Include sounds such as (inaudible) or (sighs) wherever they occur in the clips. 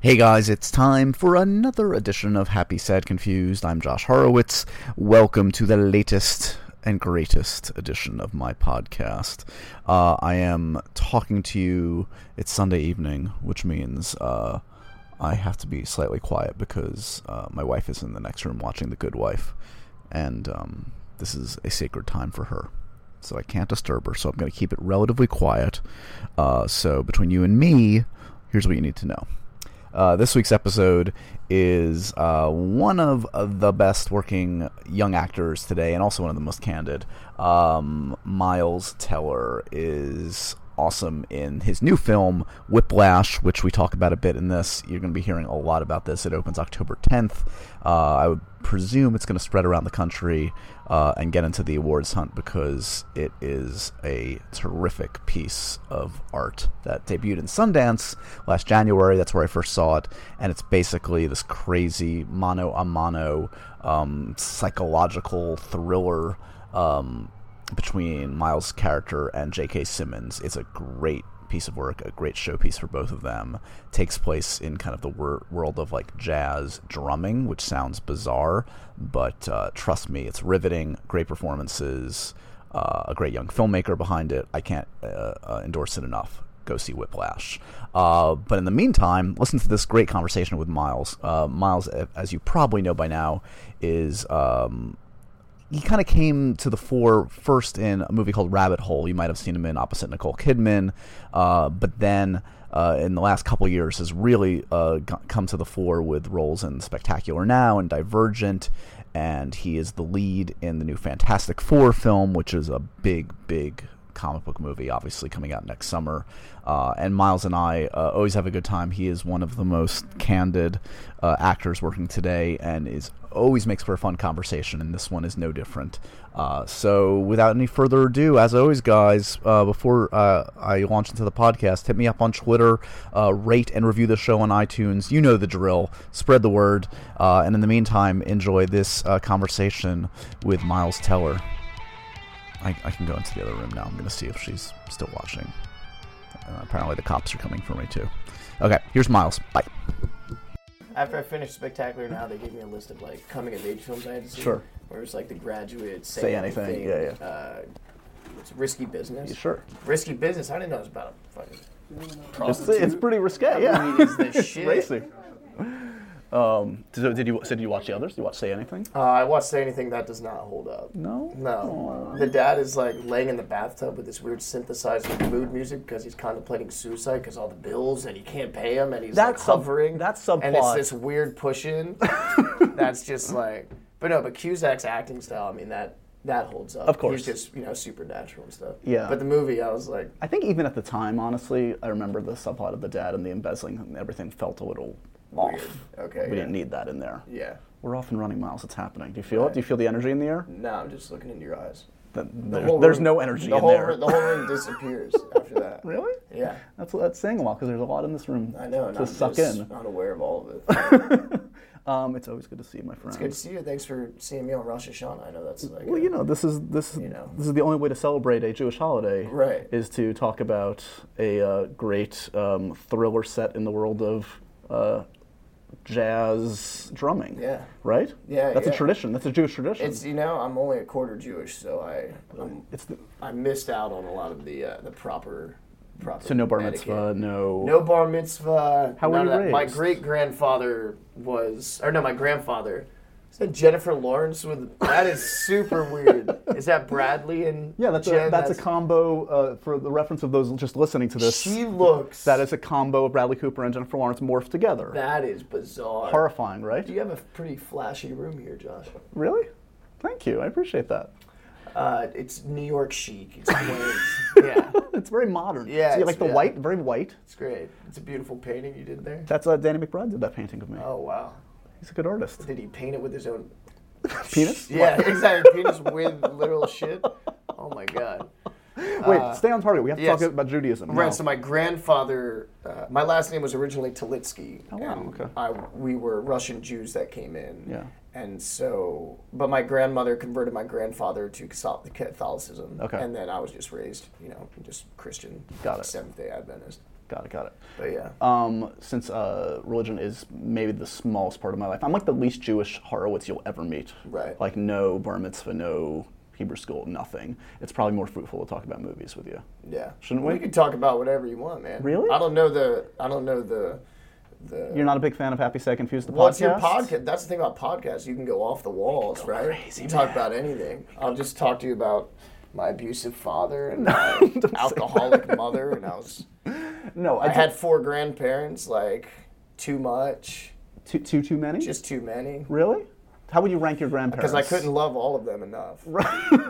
Hey guys, it's time for another edition of Happy, Sad, Confused. I'm Josh Horowitz. Welcome to the latest and greatest edition of my podcast. Uh, I am talking to you. It's Sunday evening, which means uh, I have to be slightly quiet because uh, my wife is in the next room watching The Good Wife, and um, this is a sacred time for her. So I can't disturb her, so I'm going to keep it relatively quiet. Uh, so between you and me, here's what you need to know. Uh, this week's episode is uh, one of the best working young actors today, and also one of the most candid. Um, Miles Teller is awesome in his new film Whiplash, which we talk about a bit in this. You're going to be hearing a lot about this. It opens October 10th. Uh, I would presume it's going to spread around the country uh, and get into the awards hunt because it is a terrific piece of art that debuted in Sundance last January. That's where I first saw it, and it's basically this crazy mano a mano um, psychological thriller. Um, between Miles' character and J.K. Simmons. It's a great piece of work, a great showpiece for both of them. Takes place in kind of the wor- world of like jazz drumming, which sounds bizarre, but uh, trust me, it's riveting. Great performances, uh, a great young filmmaker behind it. I can't uh, uh, endorse it enough. Go see Whiplash. Uh, but in the meantime, listen to this great conversation with Miles. Uh, Miles, a- as you probably know by now, is um, he kind of came to the fore first in a movie called Rabbit Hole. You might have seen him in opposite Nicole Kidman, uh, but then uh, in the last couple of years has really uh, g- come to the fore with roles in Spectacular Now and Divergent, and he is the lead in the new Fantastic Four film, which is a big, big comic book movie, obviously coming out next summer. Uh, and Miles and I uh, always have a good time. He is one of the most candid uh, actors working today, and is always makes for a fun conversation. And this one is no different. Uh, so, without any further ado, as always, guys, uh, before uh, I launch into the podcast, hit me up on Twitter, uh, rate and review the show on iTunes. You know the drill. Spread the word, uh, and in the meantime, enjoy this uh, conversation with Miles Teller. I, I can go into the other room now. I'm going to see if she's still watching. Uh, apparently, the cops are coming for me, too. Okay, here's Miles. Bye. After I finished Spectacular Now, they gave me a list of like coming of age films I had to see. Sure. Where it was like The Graduate, Say, Say Anything, yeah, yeah. Uh, it's Risky Business. sure? Risky Business. I didn't know it was about a (laughs) fucking. It's, it's pretty risque, yeah. (laughs) It is the shit. Um, so did you so did you watch the others? Did you watch Say Anything? Uh, I watched Say Anything that does not hold up. No. No. The dad is like laying in the bathtub with this weird synthesizer mood music because he's contemplating suicide because all the bills and he can't pay them and he's That's like sub- hovering. that's And it's subplot. this weird (laughs) push in. that's just like, but no, but Cusack's acting style. I mean that that holds up. Of course. he's just you know supernatural and stuff. Yeah. But the movie, I was like, I think even at the time, honestly, I remember the subplot of the dad and the embezzling and everything felt a little off. Weird. Okay, We yeah. didn't need that in there. yeah. We're off and running, Miles. It's happening. Do you feel it? Do you feel the energy in the air? No, I'm just looking into your eyes. Th- The there- whole there's room- no energy the in whole, there. room- The whole (laughs) room disappears after that. really? Yeah. That's that's saying a lot because there's a lot in this room I know. and to I'm suck just in. Unaware of all of it. Um, it's always good to see you, my friend. Good to see you. Thanks for seeing me on Rosh Hashanah. I know that's like. Well, a- you know, this is this is You know. this is the only way to celebrate a Jewish holiday. Right. Is to talk about a uh, great um, thriller set in the world of uh, jazz drumming. Yeah. Right. Yeah, That's yeah. a tradition. That's a Jewish tradition. It's you know I'm only a quarter Jewish, so I I'm, It's the, I missed out on a lot of the uh, the proper proper. so no bar etiquette. mitzvah, no. No bar mitzvah. How were none you of that. My raised? great grandfather was, or no, my grandfather. Is that Jennifer Lawrence with that is super weird. Is that Bradley and (laughs) Yeah, that's Jen? a that's, a combo uh, for the reference of those just listening to this. She looks. that is a combo of Bradley Cooper and Jennifer Lawrence morphed together. that is bizarre. Horrifying, right? you have a pretty flashy room here, Josh. Really? Thank you. I appreciate that. Uh, it's New York chic. (laughs) It's great. yeah, It's very modern. Yeah, See, it's- like the yeah. white, very white. it's great. It's a beautiful painting you did there. That's uh, Danny McBride did that painting of me. Oh wow! He's a good artist. Did he paint it with his own? (laughs) Penis? Yeah, exactly. Penis with literal shit. Oh my god. Wait, stay on target. We have to yes. talk about Judaism. Right. now. So my grandfather, uh, my last name was originally Talitsky. Oh wow, And okay. I, we were Russian Jews that came in. Yeah. And so, but my grandmother converted my grandfather to Cathol- Catholicism. Okay. And then I was just raised, you know, just Christian. Got it. Seventh Day Adventist. Got it. Got it. But yeah. Um, since uh, religion is maybe the smallest part of my life, I'm like the least Jewish Horowitz you'll ever meet. Right. Like no bar mitzvah, no Hebrew school, nothing. It's probably more fruitful to talk about movies with you. Yeah. Shouldn't we? We could talk about whatever you want, man. Really? I don't know the. I don't know the. The. You're not a big fan of Happy Sad Confused the What's podcast. your podcast? That's the thing about podcasts. You can go off the walls, right? crazy, you can talk man. about anything. I'll just talk to you about my abusive (laughs) father and my alcoholic mother, and I was. No, I had four grandparents. Like too much, too too too many. just too many. really? How would you rank your grandparents? Because I couldn't love all of them enough.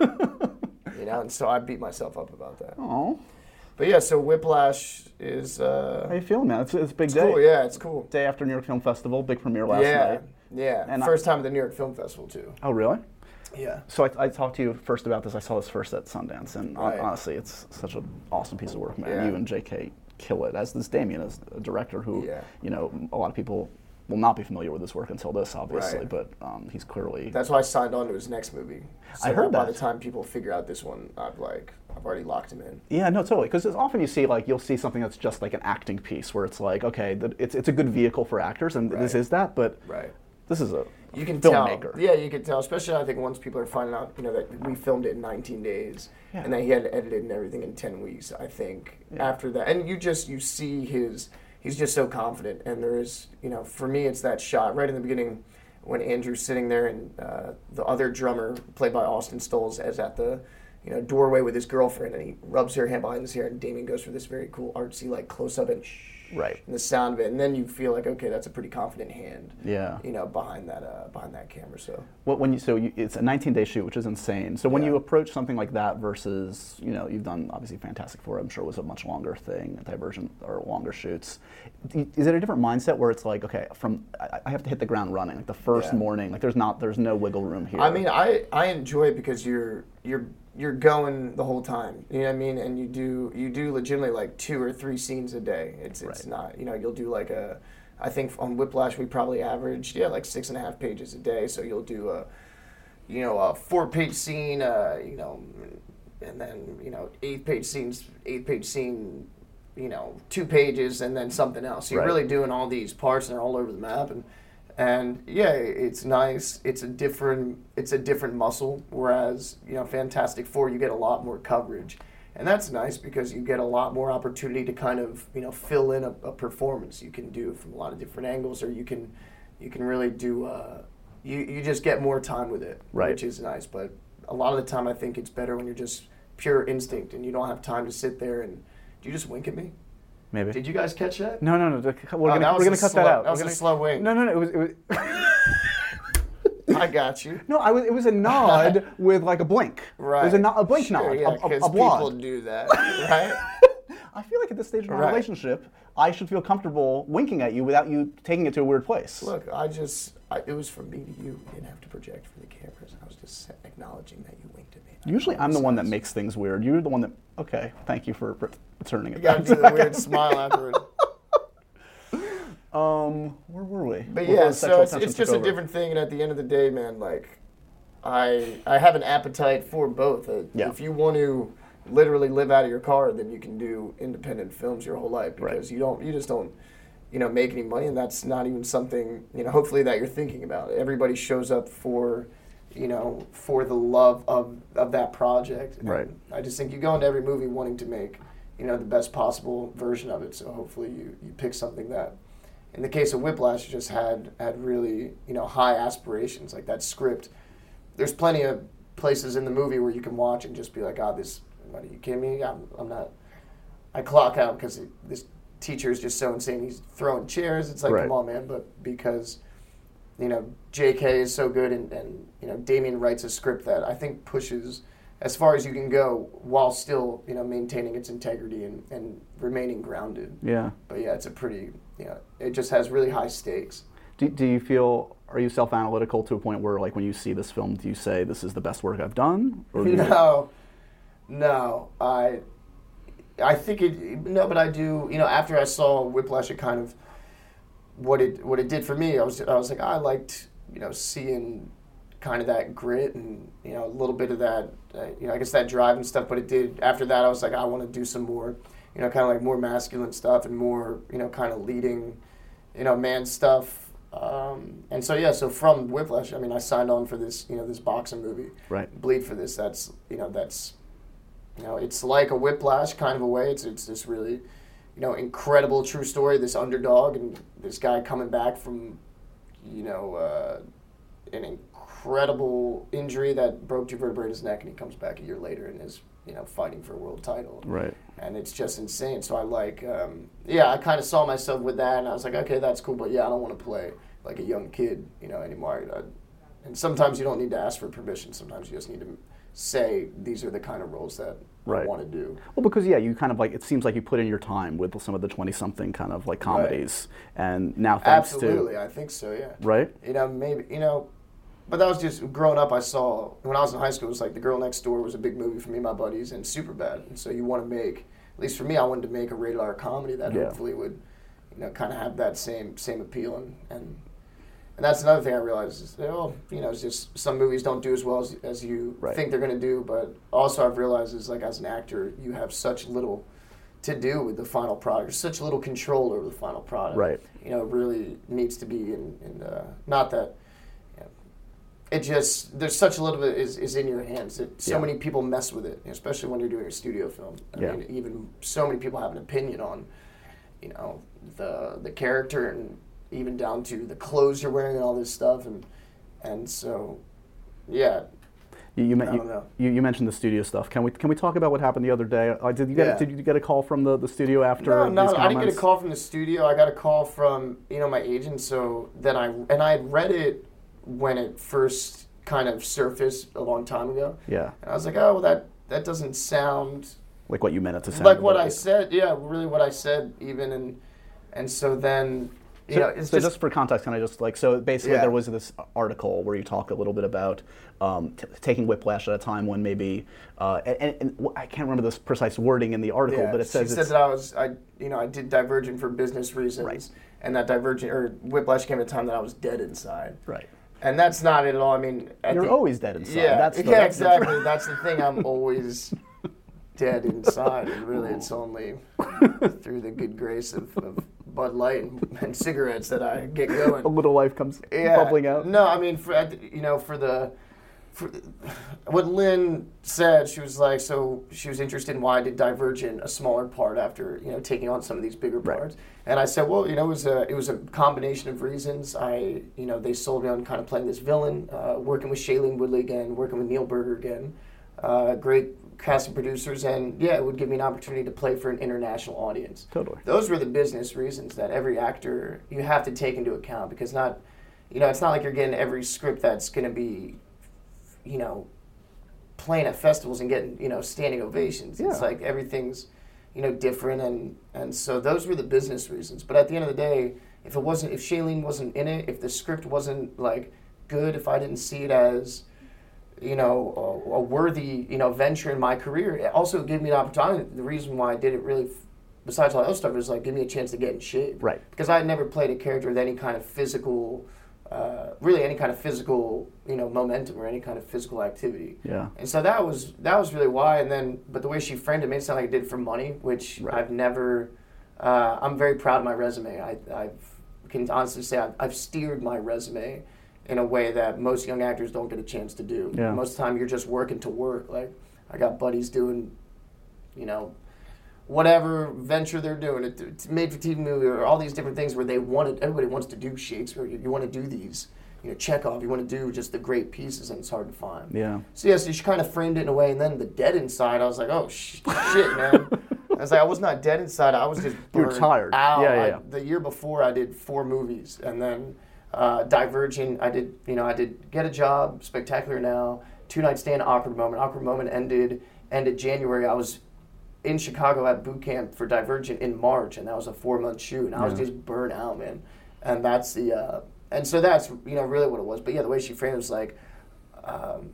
you know, and so I beat myself up about that. Oh, But yeah, so Whiplash is uh, how you feeling, man? It's, it's a big day. cool. Yeah, it's cool. Day after New York Film Festival, big premiere last yeah, night. yeah. And I- First time at the New York Film Festival too. Oh, really? Yeah. So I, I talked to you first about this. I saw this first at Sundance, and hon- Right. honestly, it's such an awesome piece of work, man. Yeah. You and J.K. kill it. As this Damien is a director who, Yeah. you know, a lot of people will not be familiar with his work until this, obviously. Right. But um, he's clearly That's why I signed on to his next movie. So I heard by that. the time people figure out this one, I've like I've already locked him in. Yeah, no, totally. Because often you see like you'll see something that's just like an acting piece where it's like, okay, th- it's it's a good vehicle for actors, and this Right. is that, but Right. this is a You can filmmaker. tell. Yeah, you can tell. Especially I think once people are finding out, you know, that we filmed it in 19 days Yeah. and that he had it edited and everything in 10 weeks. I think after that, and you just you see his he's just so confident. And there is, you know, for me it's that shot right in the beginning when Andrew's sitting there and uh, the other drummer played by Austin Stoles is at the you know doorway with his girlfriend and he rubs her hand behind his hair and Damien goes for this very cool artsy like close up and shh Right. and the sound of it and then you feel like okay that's a pretty confident hand Yeah. you know, behind that uh, behind that camera. So What when you so you, it's a 19-day shoot, which is insane. So when you approach something like that versus you know you've done obviously Fantastic Four, I'm sure was a much longer thing, Divergent or longer shoots. D- Is it a different mindset where it's like okay, from I, I have to hit the ground running like the first Yeah. morning, like there's not there's no wiggle room here. I mean, I I enjoy it because you're you're you're going the whole time. You know what I mean? And you do you do legitimately like two or three scenes a day. It's Right. it's not you know you'll do like a I think on Whiplash we probably averaged yeah like six and a half pages a day. So you'll do a you know a four page scene, uh, you know, and then you know eight page scenes, eight page scene. You know, two pages and then something else. So you're Right. really doing all these parts, and they're all over the map. And and yeah, it's nice. It's a different it's a different muscle. Whereas you know, Fantastic Four, you get a lot more coverage, and that's nice because you get a lot more opportunity to kind of you know fill in a, a performance. You can do from a lot of different angles, or you can you can really do. Uh, you you just get more time with it, Right. Which is nice. But a lot of the time, I think it's better when you're just pure instinct and you don't have time to sit there and. Did you just wink at me? maybe Did you guys catch that? No, no, no. the- We're Oh, gonna, that was we're gonna a cut slow- that out. that was We're a gonna- slow (laughs) wink. No, no, no. It was. It was (laughs) I got you. no, I was. It was a (laughs) nod with like a blink. Right. It was a, no, a blink Sure, nod. Yeah, a, a, because a people blonde. do that, right? (laughs) I feel like at this stage of our Right. relationship, I should feel comfortable winking at you without you taking it to a weird place. Look, I just, I, it was from me to you. You didn't have to project for the cameras. I was just acknowledging that you winked at me. Usually, I'm the one that makes things weird. You're the one that. Okay, thank you for re- returning it. You gotta back to do (laughs) the that. weird smile afterward. Um, where were we? But Before yeah, the so sexual it's, tension it's took just a over. different thing. And at the end of the day, man, like, I, I have an appetite for both. Uh, Yeah. If you want to literally live out of your car, then you can do independent films your whole life Right. because you don't, you just don't, you know, make any money, and that's not even something you know. Hopefully, that you're thinking about. Everybody shows up for, you know, for the love of of that project. And Right. I just think you go into every movie wanting to make, you know, the best possible version of it. So hopefully, you you pick something that. In the case of Whiplash, it just had had really you know high aspirations. Like that script, there's plenty of places in the movie where you can watch and just be like, "Ah, this, what are you kidding me? I'm, I'm not." I clock out because this teacher is just so insane. He's throwing chairs. It's like, Right. come on, man. But because you know, J.K. is so good, and, and you know, Damien writes a script that I think pushes as far as you can go while still you know maintaining its integrity and, and remaining grounded. Yeah. But yeah, it's a pretty you know, it just has really high stakes. Do, do you feel? Are you self-analytical to a point where, like, when you see this film, do you say this is the best work I've done? (laughs) Or do you- No, no, I, I think it. No, but I do. You know, after I saw Whiplash, it kind of what it what it did for me. I was I was like I liked you know seeing kind of that grit and you know a little bit of that uh, you know I guess that drive and stuff. But it did after that. I was like I want to do some more. you know, kind of like more masculine stuff and more, you know, kind of leading, you know, man stuff. Um, and so yeah, so from Whiplash, I mean, I signed on for this, you know, this boxing movie, Right. Bleed for this. That's you know, that's, you know, it's like a Whiplash kind of a way. It's it's this really, you know, incredible true story. This underdog and this guy coming back from, you know, uh, an incredible injury that broke two vertebrae in his neck, and he comes back a year later and is you know fighting for a world title Right. and it's just insane. So I like, um, yeah, I kind of saw myself with that, and I was like, okay, that's cool, but yeah, I don't want to play like a young kid, you know, anymore. I, I, and sometimes you don't need to ask for permission. Sometimes you just need to say these are the kind of roles that I Right. want to do. Well, because yeah, you kind of like it seems like you put in your time with some of the twenty-something kind of like comedies, and now thanks Absolutely, I think so. Yeah. to right, You know, maybe you know, but that was just growing up. I saw when I was in high school, it was like The Girl Next Door was a big movie for me, and my buddies, and Superbad. And so you want to make, at least for me, I wanted to make a rated R comedy that Yeah. hopefully would, you know, kind of have that same same appeal and. and and that's another thing I realized is, oh, you know, it's just some movies don't do as well as, as you Right. think they're going to do. But also, I've realized is like as an actor, you have such little to do with the final product, such little control over the final product Right. you know, really needs to be in, in uh, not that, you know, it just, there's such a little bit is, is in your hands. It, so Yeah. many people mess with it, especially when you're doing a studio film. I Yeah. mean, even so many people have an opinion on, you know, the, the character and even down to the clothes you're wearing and all this stuff. And, and so, yeah, You, you, I men- don't you, know. you, you mentioned the studio stuff. Can we can we talk about what happened the other day? Uh, did you get Yeah. did you get a call from the, the studio after? No, these no, I didn't get a comments? call from the studio. I got a call from you know my agent. So then I and I had read it when it first kind of surfaced a long time ago, Yeah, and I was like, oh, well, that that doesn't sound like what you meant it to sound. like what but- I said. Yeah, really what I said even, and and so then you So, know it's so just, just, for context, can I just like so basically Yeah. there was this article where you talk a little bit about um, t- taking whiplash at a time when maybe uh, and, and, and wh- I can't remember this precise wording in the article, yeah, but it says she it's, said that I was I you know I did Divergent for business reasons, Right. and that Divergent or Whiplash came at a time that I was dead inside. right. And that's not it at all. I mean, at You're the- always dead inside. Yeah, (laughs) that's the, yeah, that's the tr- exactly. that's the thing. (laughs) I'm always dead inside, and really, it's only through the good grace of, of Bud Light and, and cigarettes that I get going. a little life comes Yeah. bubbling out. No, I mean, for, at the- you know, for the, for what Lynn said, she was like, so she was interested in why I did Divergent, a smaller part after you know taking on some of these bigger parts. And I said, well, you know, it was a it was a combination of reasons. I you know they sold me on kind of playing this villain, uh, working with Shailene Woodley again, working with Neil Berger again, uh, great cast of producers, and yeah, it would give me an opportunity to play for an international audience Totally. those were the business reasons that every actor you have to take into account because not you know it's not like you're getting every script that's going to be you know playing at festivals and getting you know standing ovations it's Yeah. like everything's you know different and and so those were the business reasons but at the end of the day if it wasn't if Shailene wasn't in it if the script wasn't like good if I didn't see it as you know, a, a worthy, you know, venture in my career. It also gave me an opportunity. The reason why I did it really, f- besides all that other stuff, is like give me a chance to get in shape. Right. Because I had never played a character with any kind of physical, uh, really any kind of physical, you know, momentum or any kind of physical activity. Yeah. And so that was that was really why. And then, but the way she framed it made it sound like it did for money, which Right. I've never. Uh, I'm very proud of my resume. I I've, can honestly say I've, I've steered my resume in a way that most young actors don't get a chance to do. Yeah. Most of the time, you're just working to work. Like I got buddies doing, you know. Whatever venture they're doing, it, it's made for TV movie or all these different things where they wanted everybody wants to do Shakespeare. You, you want to do these, you know, Chekhov. You want to do just the great pieces, and it's hard to find. (laughs) Yeah. So yeah, so she kind of framed it in a way, and then the dead inside, I was like, oh sh- shit, man. I was like, I was not dead inside. (laughs) I was just You were burned tired. Out. Yeah, yeah, I- yeah. the year before, I did four movies, and then uh, Divergent. I did, you know, I did Get a Job, Spectacular Now, Two Night Stand, Awkward Moment. Awkward Moment ended ended January. I was in Chicago at boot camp for Divergent in March, and that was a four month shoot, and I was just burnt out, man. And that's the, uh, and so that's you know really what it was. But yeah, the way she framed it was like um,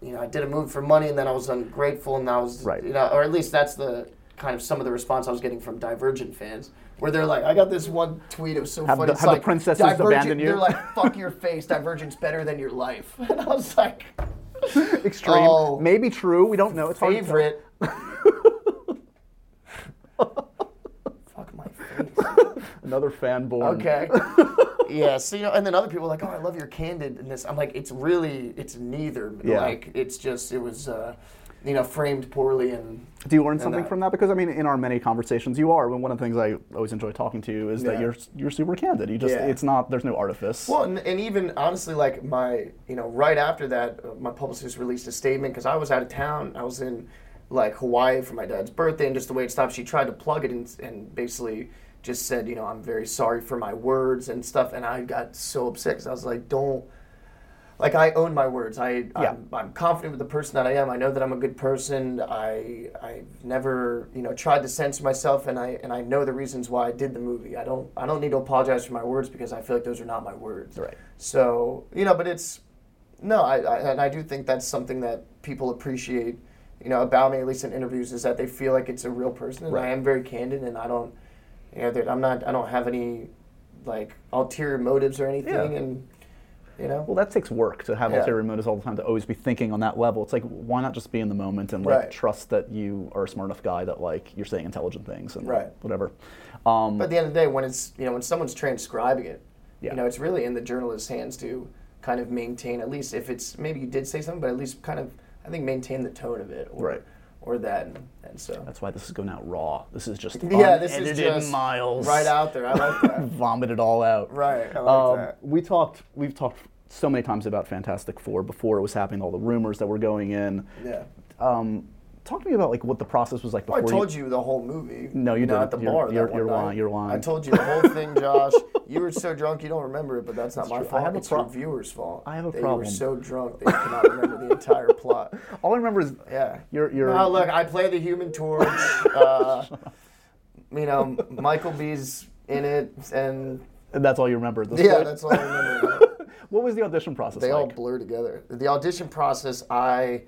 you know, I did a move for money and then I was ungrateful and I was, Right. you know, or at least that's the kind of some of the response I was getting from Divergent fans, where they're like, I got this one tweet, it was so Have funny. the- it's have the like, princesses "Divergent-" abandoned you? They're like, fuck your face, Divergent's better than your life. (laughs) And I was like, Extreme. Oh. Maybe true. We don't know. It's hard to tell. favorite. Fuck (laughs) my face. Another fanborn. Okay. yeah. So you know, and then other people are like, "Oh, I love your candidness." I'm like, "It's really, it's neither. Yeah. Like, it's just, it was, uh, you know, framed poorly and." uh, Do you learn something that. from that? Because I mean, in our many conversations, you are. And one of the things I always enjoy talking to you is that Yeah. you're you're super candid. You just Yeah. it's not there's no artifice. Well, and, and even honestly, like my, you know, right after that, uh, my publicist released a statement because I was out of town. I was in like Hawaii for my dad's birthday, and just the way it stopped, she tried to plug it and, and basically just said, you know, I'm very sorry for my words and stuff. And I got so upset because I was like, don't. Like I own my words. I Yeah. I'm, I'm confident with the person that I am. I know that I'm a good person. I I've never you know tried to censor myself, and I and I know the reasons why I did the movie. I don't I don't need to apologize for my words because I feel like those are not my words. Right. So you know, but it's no, I, I and I do think that's something that people appreciate, you know, about me at least in interviews is that they feel like it's a real person, and I Right. am very candid, and I don't, you know, that I'm not I don't have any like ulterior motives or anything, Yeah. and you know, Well, that takes work to have Yeah. ulterior motives all the time to always be thinking on that level. It's like why not just be in the moment and like Right. trust that you are a smart enough guy that like you're saying intelligent things and Right. whatever. Um, But at the end of the day, when it's you know when someone's transcribing it, Yeah. you know it's really in the journalist's hands to kind of maintain at least if it's maybe you did say something, but at least kind of I think maintain the tone of it, or, Right. Or that, and, and so that's why this is going out raw. This is just yeah, this is unedited just miles right out there. I like that. (laughs) Vomit it all out. right, I like Um, that. we talked. We've talked so many times about Fantastic Four before it was happening. All the rumors that were going in. Yeah. Um, talk to me about like what the process was like Oh, I before. told you the whole movie. No, you know, didn't. At the You're- bar. that you're- one you're lying, night. you're lying. I told you the whole (laughs) thing, Josh. you were so drunk you don't remember it, but that's not my true. I fault. have a it's pro- your viewers' fault. I have a that problem. You were so drunk that you cannot remember the entire (laughs) plot. All I remember is Yeah. You're- you're- No, look, I play the Human Torch. (laughs) uh, you know, Michael B's in it, and that's all you remember. At this yeah, point. that's all I remember. what was the audition process they all like? blur together. The audition process, I,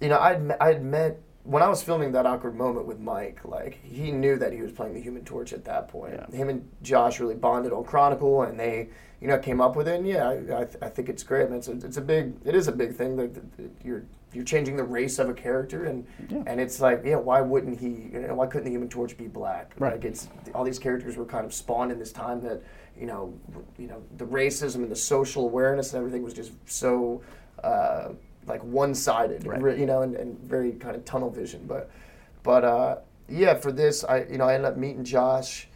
you know, I'd me- I'd met when I was filming that awkward moment with Mike. Like he knew that he was playing the Human Torch at that point. Yeah. Him and Josh really bonded on Chronicle, and they, you know, came up with it. And yeah, I, I, th- I think it's great. And it's a, it's a big, it is a big thing. Like th- th- you're you're changing the race of a character, and Yeah. and it's like, yeah, why wouldn't he? You know, why couldn't the Human Torch be black? Right. Like it's all these characters were kind of spawned in this time that you know, r- you know, the racism and the social awareness and everything was just so uh, like one-sided, Right. re- you know, and, and very kind of tunnel vision. But but uh, yeah, for this, I you know, I ended up meeting Josh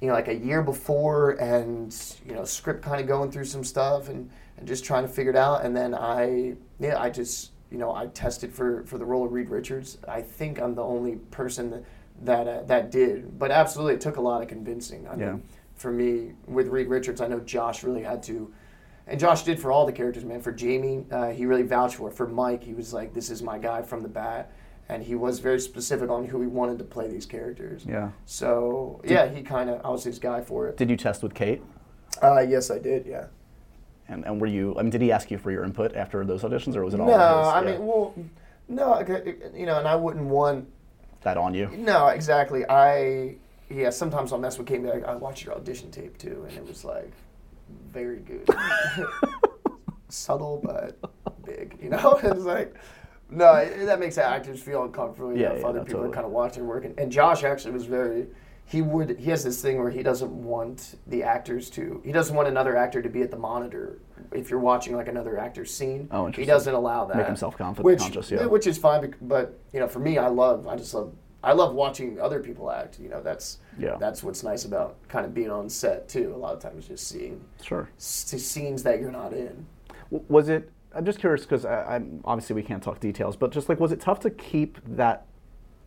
you know, like a year before and, you know, script kind of going through some stuff and, and just trying to figure it out. And then I, yeah, I just, you know, I tested for, for the role of Reed Richards. I think I'm the only person that, that, uh, that did, but absolutely it took a lot of convincing. I Yeah. mean, for me with Reed Richards, I know Josh really had to, and Josh did for all the characters, man. For Jamie, uh, he really vouched for it. For Mike, he was like, this is my guy from the bat. And he was very specific on who he wanted to play these characters. Yeah. So yeah, he kind of I was his guy for it. Did you test with Kate? Uh, yes, I did. Yeah. And, and were you? I mean, did he ask you for your input after those auditions, or was it all No, his- I yeah, mean, well, no, okay, you know, and I wouldn't want. that on you? No, exactly. I yeah. Sometimes I'll mess with Kate. and be Like, I watched your audition tape too, and it was like (laughs) very good, subtle but big. You know, (laughs) it's like. No, it, that makes actors feel uncomfortable. You Yeah, know, if yeah, other no, people totally. are kind of watching and working. And Josh actually was very. He would. He has this thing where he doesn't want the actors to. He doesn't want another actor to be at the monitor if you're watching like another actor's scene. Oh, He interesting. doesn't allow that. Make him self-confident, Which, conscious, yeah. Which is fine, bec- but you know, for me, I love. I just love. I love watching other people act. You know, that's Yeah. that's what's nice about kind of being on set too. A lot of times, just seeing Sure. s- scenes that you're not in. W- Was it? I'm just curious because I'm obviously we can't talk details, but just like was it tough to keep that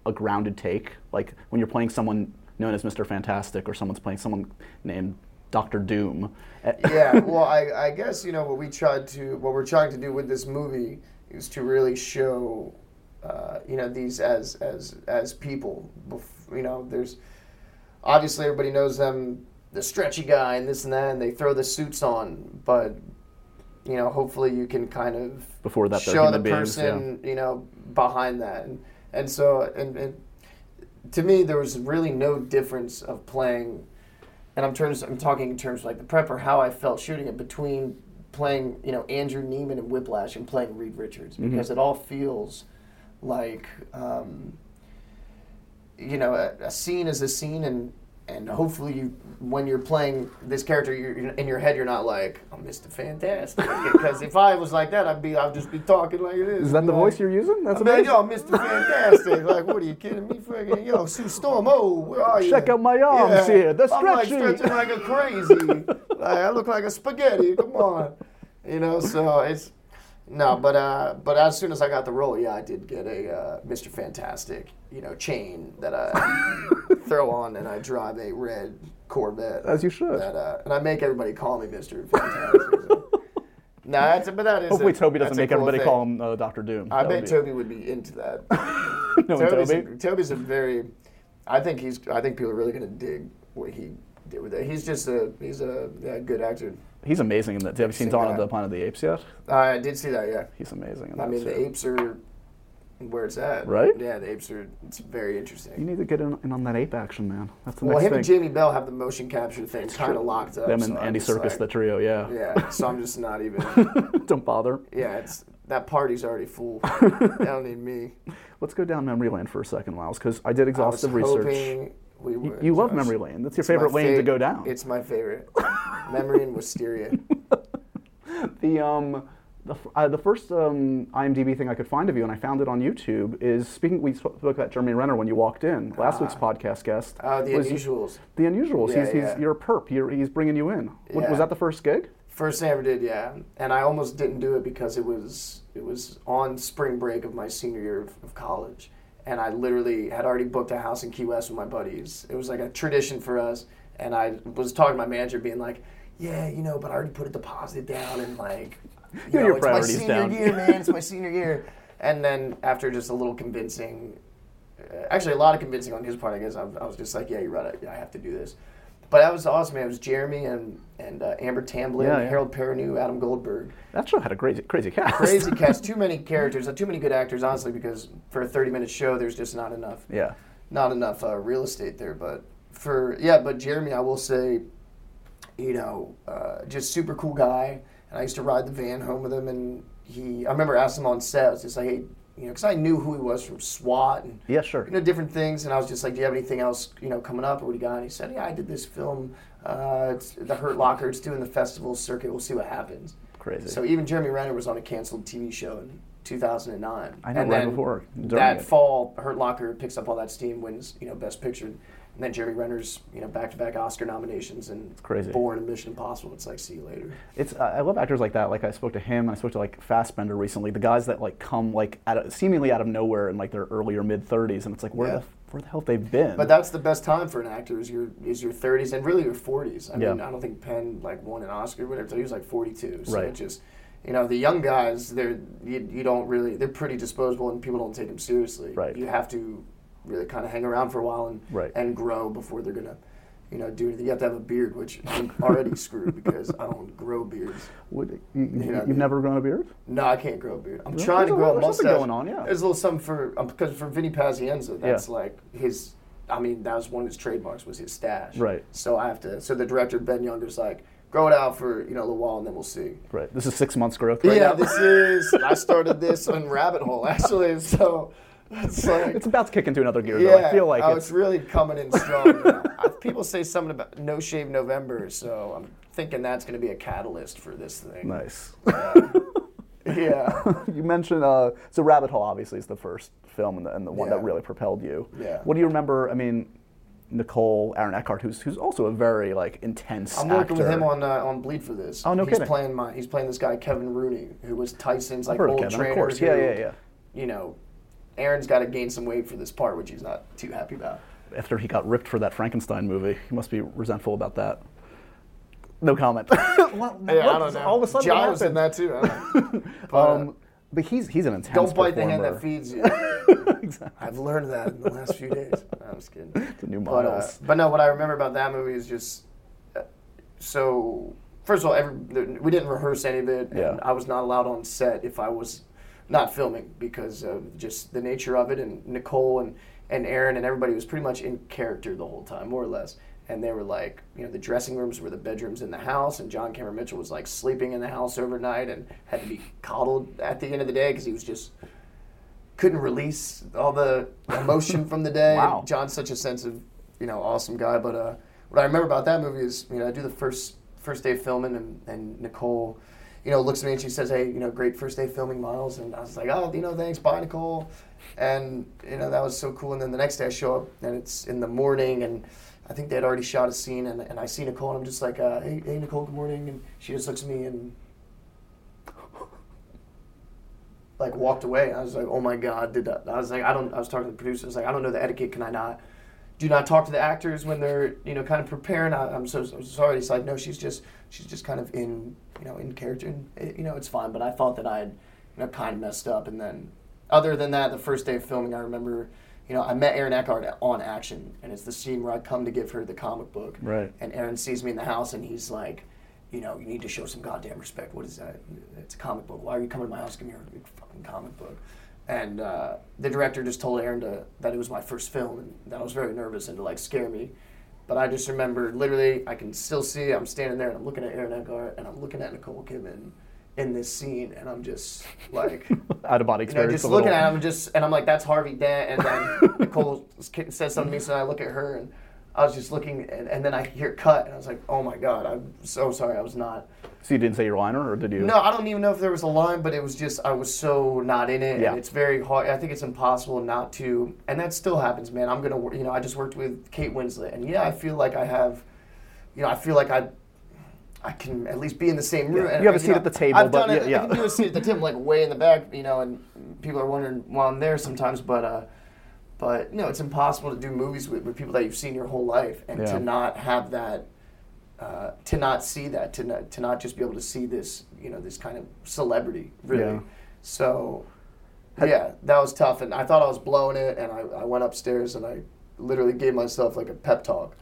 a grounded take? Like when you're playing someone known as Mr. Fantastic, or someone's playing someone named Doctor Doom. eh, yeah, well, I, I guess you know what we tried to, what we're trying to do with this movie is to really show, uh, you know, these as as as people. Bef- you know, there's obviously everybody knows them, the stretchy guy and this and that, and they throw the suits on, but you know, hopefully you can kind of Before that, they're show the human beings, yeah. person, you know, behind that, and and so and. and to me, there was really no difference of playing, and I'm terms I'm talking in terms of like the prepper, how I felt shooting it between playing you know Andrew Neiman and Whiplash and playing Mm-hmm. Reed Richards because it all feels like um, you know, a, a scene is a scene, and and hopefully you, when you're playing this character, you're, you're- in your head you're not like, I'm Mr. Fantastic, (laughs) because if I was like that, I'd be, I'd just be talking like (laughs) this. Is that the Like, voice you're using? That's I'd be like, amazing. yo, (laughs) Mr. Fantastic. like, what are you kidding me? Fucking, yo, Sue Storm, oh, where are you? Check out my arms here. They're I'm like stretchy. stretching like a crazy. like, I look like a spaghetti. Come on. You know, so it's. No, but uh, but as soon as I got the role, yeah, I did get a uh, Mr. Fantastic, you know, chain (laughs) that I throw on, and I drive a red Corvette. As you should. That, uh, and I make everybody call me Mr. (laughs) Fantastic. so. Nah, that's but that is. (laughs) a- Hopefully, Toby doesn't that's a make cool everybody thing. call him uh, Doctor Doom. I That bet would be- (laughs) Toby would be into that. Knowing Toby's, Toby. Toby's a very. I think he's. I think people are really going to dig what he did with that. He's just a. He's a, yeah, good actor. He's amazing in that. Have you seen Seen Dawn of that. the Planet of the Apes yet? I did see that. Yeah. He's amazing in I that. mean, too. the apes are where it's at. Right? Yeah, the apes are. It's very You interesting. need to get in, in on that ape action, man. That's the Well, him next and thing. Jamie Bell have the motion capture thing kind of locked up. Them so and I'm Andy just Circus, the like- trio. Yeah. Yeah. So I'm just (laughs) not even. Don't bother. Yeah, it's that party's (laughs) already full. I don't need me. Let's go down memory lane for a second, Miles, because I did I was exhaustive research. hoping We You, would, you love Josh. memory lane. That's your It's my favorite lane to fav- go down. It's (laughs) my favorite. Memory and Wisteria. (laughs) the um the, f- uh, the first um, IMDb thing I could find of you, and I found it on YouTube, is speaking. We spoke about Jeremy Renner when you walked in last week's podcast guest. Uh, the was- Unusuals. The Unusuals. Yeah, he's, he's yeah. you're a perp. You're, he's bringing you in. What, Yeah. Was that the first gig? First thing I ever did, yeah. And I almost didn't do it because it was it was on spring break of my senior year of, of college, and I literally had already booked a house in Key West with my buddies. It was like a tradition for us, and I was talking to my manager, being like, "Yeah, you know, but I already put a deposit down, and like, you Get your it's priorities my senior down." year, man. It's (laughs) my senior year." And then after just a little convincing, uh, actually a lot of convincing on his part, I guess. I, I was just like, "Yeah, you're right. I, I have to do this." But that was awesome, man. It was Jeremy and and uh, Amber Tamblyn, Yeah, yeah. Harold Perrineau, Adam Goldberg. That show had a crazy crazy cast. (laughs) Crazy cast. Too many characters. uh, Too many good actors, honestly. Because for a 30-minute show, there's just not enough yeah. not enough uh, real estate there, but for yeah, but Jeremy, I will say, you know, uh, just super cool guy. And I used to ride the van home with him, and he, I remember asking him on set, I was just like, hey, you know, because I knew who he was from SWAT and Yeah, sure. you know different things, and I was just like, do you have anything else, you know, coming up or what do you got? And he said, yeah, I did this film, uh, it's the Hurt Locker, it's doing the festival circuit, we'll see what happens. Crazy. So even Jeremy Renner was on a canceled TV show in 2009. I know, and right then before, during that it. fall, Hurt Locker picks up all that steam, wins you know Best Picture, and then Jeremy Renner's you know back-to-back Oscar nominations and crazy. Born and Mission Impossible. It's like see you later. It's I I love actors like that. Like I spoke to him, and I spoke to like Fassbender recently. The guys that like come like out of, seemingly out of nowhere in like their early or mid thirties, and it's like where Yeah. the where the hell have they been? But that's the best time for an actor is your is your 30s and really your 40s. I Yeah. mean, I don't think Penn like won an Oscar or whatever. till He was like 42. So Right. it just you know the young guys they're you, you don't really they're pretty disposable and people don't take them seriously. Right. You have to really kind of hang around for a while and Right. and grow before they're gonna. You know, do anything. You have to have a beard, which I'm already screwed because I don't grow beards. Would, you, you, Yeah, have yeah. never grown a beard? No, I can't grow a beard. I'm Well, trying to there's a grow a lot- there's mustache. something going on, yeah. There's a little something for because for Vinny Pazienza, that's Yeah. like his. I mean, that was one of his trademarks was his stash. Right. So I have to. So the director Ben Younger's like, grow it out for you know a little while, and then we'll see. Right. This is six months growth. Right yeah, now. (laughs) this is. I started this on Rabbit Hole actually, (laughs) so it's like it's about to kick into another gear. though. yeah, I feel like oh, it's, it's really coming in (laughs) strong. now. I- People say something about No Shave November, so I'm thinking that's going to be a catalyst for this (laughs) thing. nice. (laughs) Yeah. you mentioned uh, so Rabbit Hole obviously is the first film and the, and the one that Yeah. really propelled you. Yeah. What do you remember? I mean, Nicole Aaron Eckhart, who's who's also a very like intense. I'm working with actor. him on uh, on Bleed for this. Oh, no he's kidding. playing my he's playing this guy Kevin Rooney, who was Tyson's like heard of old Kevin, of trainer. course. who, Yeah, yeah, yeah. You know, Aaron's got to gain some weight for this part, which he's not too happy about. after he got ripped for that Frankenstein movie. He must be resentful about that. No comment. (laughs) Well, what- All of a sudden, John what was in happened? that too. I (laughs) don't know. But, uh, Um, but he's he's an intense. don't bite the hand that performer. feeds you. (laughs) exactly. I've learned that in the last few days. No, (laughs) I'm just kidding. The new But, uh, models. but no, what I remember about that movie is just uh, so. First of all, every, th- we didn't rehearse any of it, and Yeah. I was not allowed on set if I was not filming because of just the nature of it. And Nicole and and Aaron and everybody was pretty much in character the whole time, more or less. And they were like, you know, the dressing rooms were the bedrooms in the house, and John Cameron Mitchell was like sleeping in the house overnight and had to be coddled at the end of the day because he was just couldn't release all the emotion from the day. Wow. John's such a sensitive, you know, awesome guy. But uh, what I remember about that movie is, you know, I do the first first day of filming, and, and Nicole, you know, looks at me and she says, "Hey, you know, great first day filming, Miles." And I was like, "Oh, you know, thanks, bye, Nicole." And you know, that was so cool. And then the next day, I show up, and it's in the morning, and I think they had already shot a scene, and, and I see Nicole, and I'm just like, uh, hey, hey, Nicole, good morning. And she just looks at me and like walked away. I was like, oh my god, did that? I was like, I don't. I was talking to the producers, like, I don't know the etiquette. Can I not? Do not talk to the actors when they're you know kind of preparing. I, I'm so I'm sorry. It's like no, she's just she's just kind of in you know in character. And it, you know it's fine. But I thought that I had you know kind of messed up. And then other than that, the first day of filming, I remember. You know, I met Aaron Eckhart on Action, and it's the scene where I come to give her the comic book. Right. And Aaron sees me in the house, and he's like, you know, you need to show some goddamn respect. What is that? It's a comic book. Why are you coming to my house? Give me your fucking comic book. And uh, the director just told Aaron to, that it was my first film and that I was very nervous and to like scare me. But I just remember literally, I can still see I'm standing there and I'm looking at Aaron Eckhart and I'm looking at Nicole Kidman in this scene and I'm just (laughs) like. Out of body You know, experience. just a looking little. at him, just and I'm like, "That's Harvey Dent." And (laughs) then Nicole s- ki- says something to me, so I look at her, and I was just looking, and, and then I hear cut, and I was like, "Oh my god, I'm so sorry, I was not." So you didn't say your liner, or did you? No, I don't even know if there was a line, but it was just I was so not in it, Yeah. and it's very hard. I think it's impossible not to, and that still happens, man. I'm gonna, wor- you know, I just worked with Kate Winslet, and yeah, I feel like I have, you know, I feel like I. I can at least be in the same room. Yeah. and, You have a seat know, at the table, I've but done it. yeah, I yeah. can do a seat at the table, like way in the back, you know, and people are wondering why I'm there sometimes. But, uh, but you know, it's impossible to do movies with, with people that you've seen your whole life and Yeah. to not have that uh, to not see that, to not, to not just be able to see this, you know, this kind of celebrity, really. Yeah. So, yeah, that was tough, and I thought I was blowing it, and I, I went upstairs and I literally gave myself like a pep talk.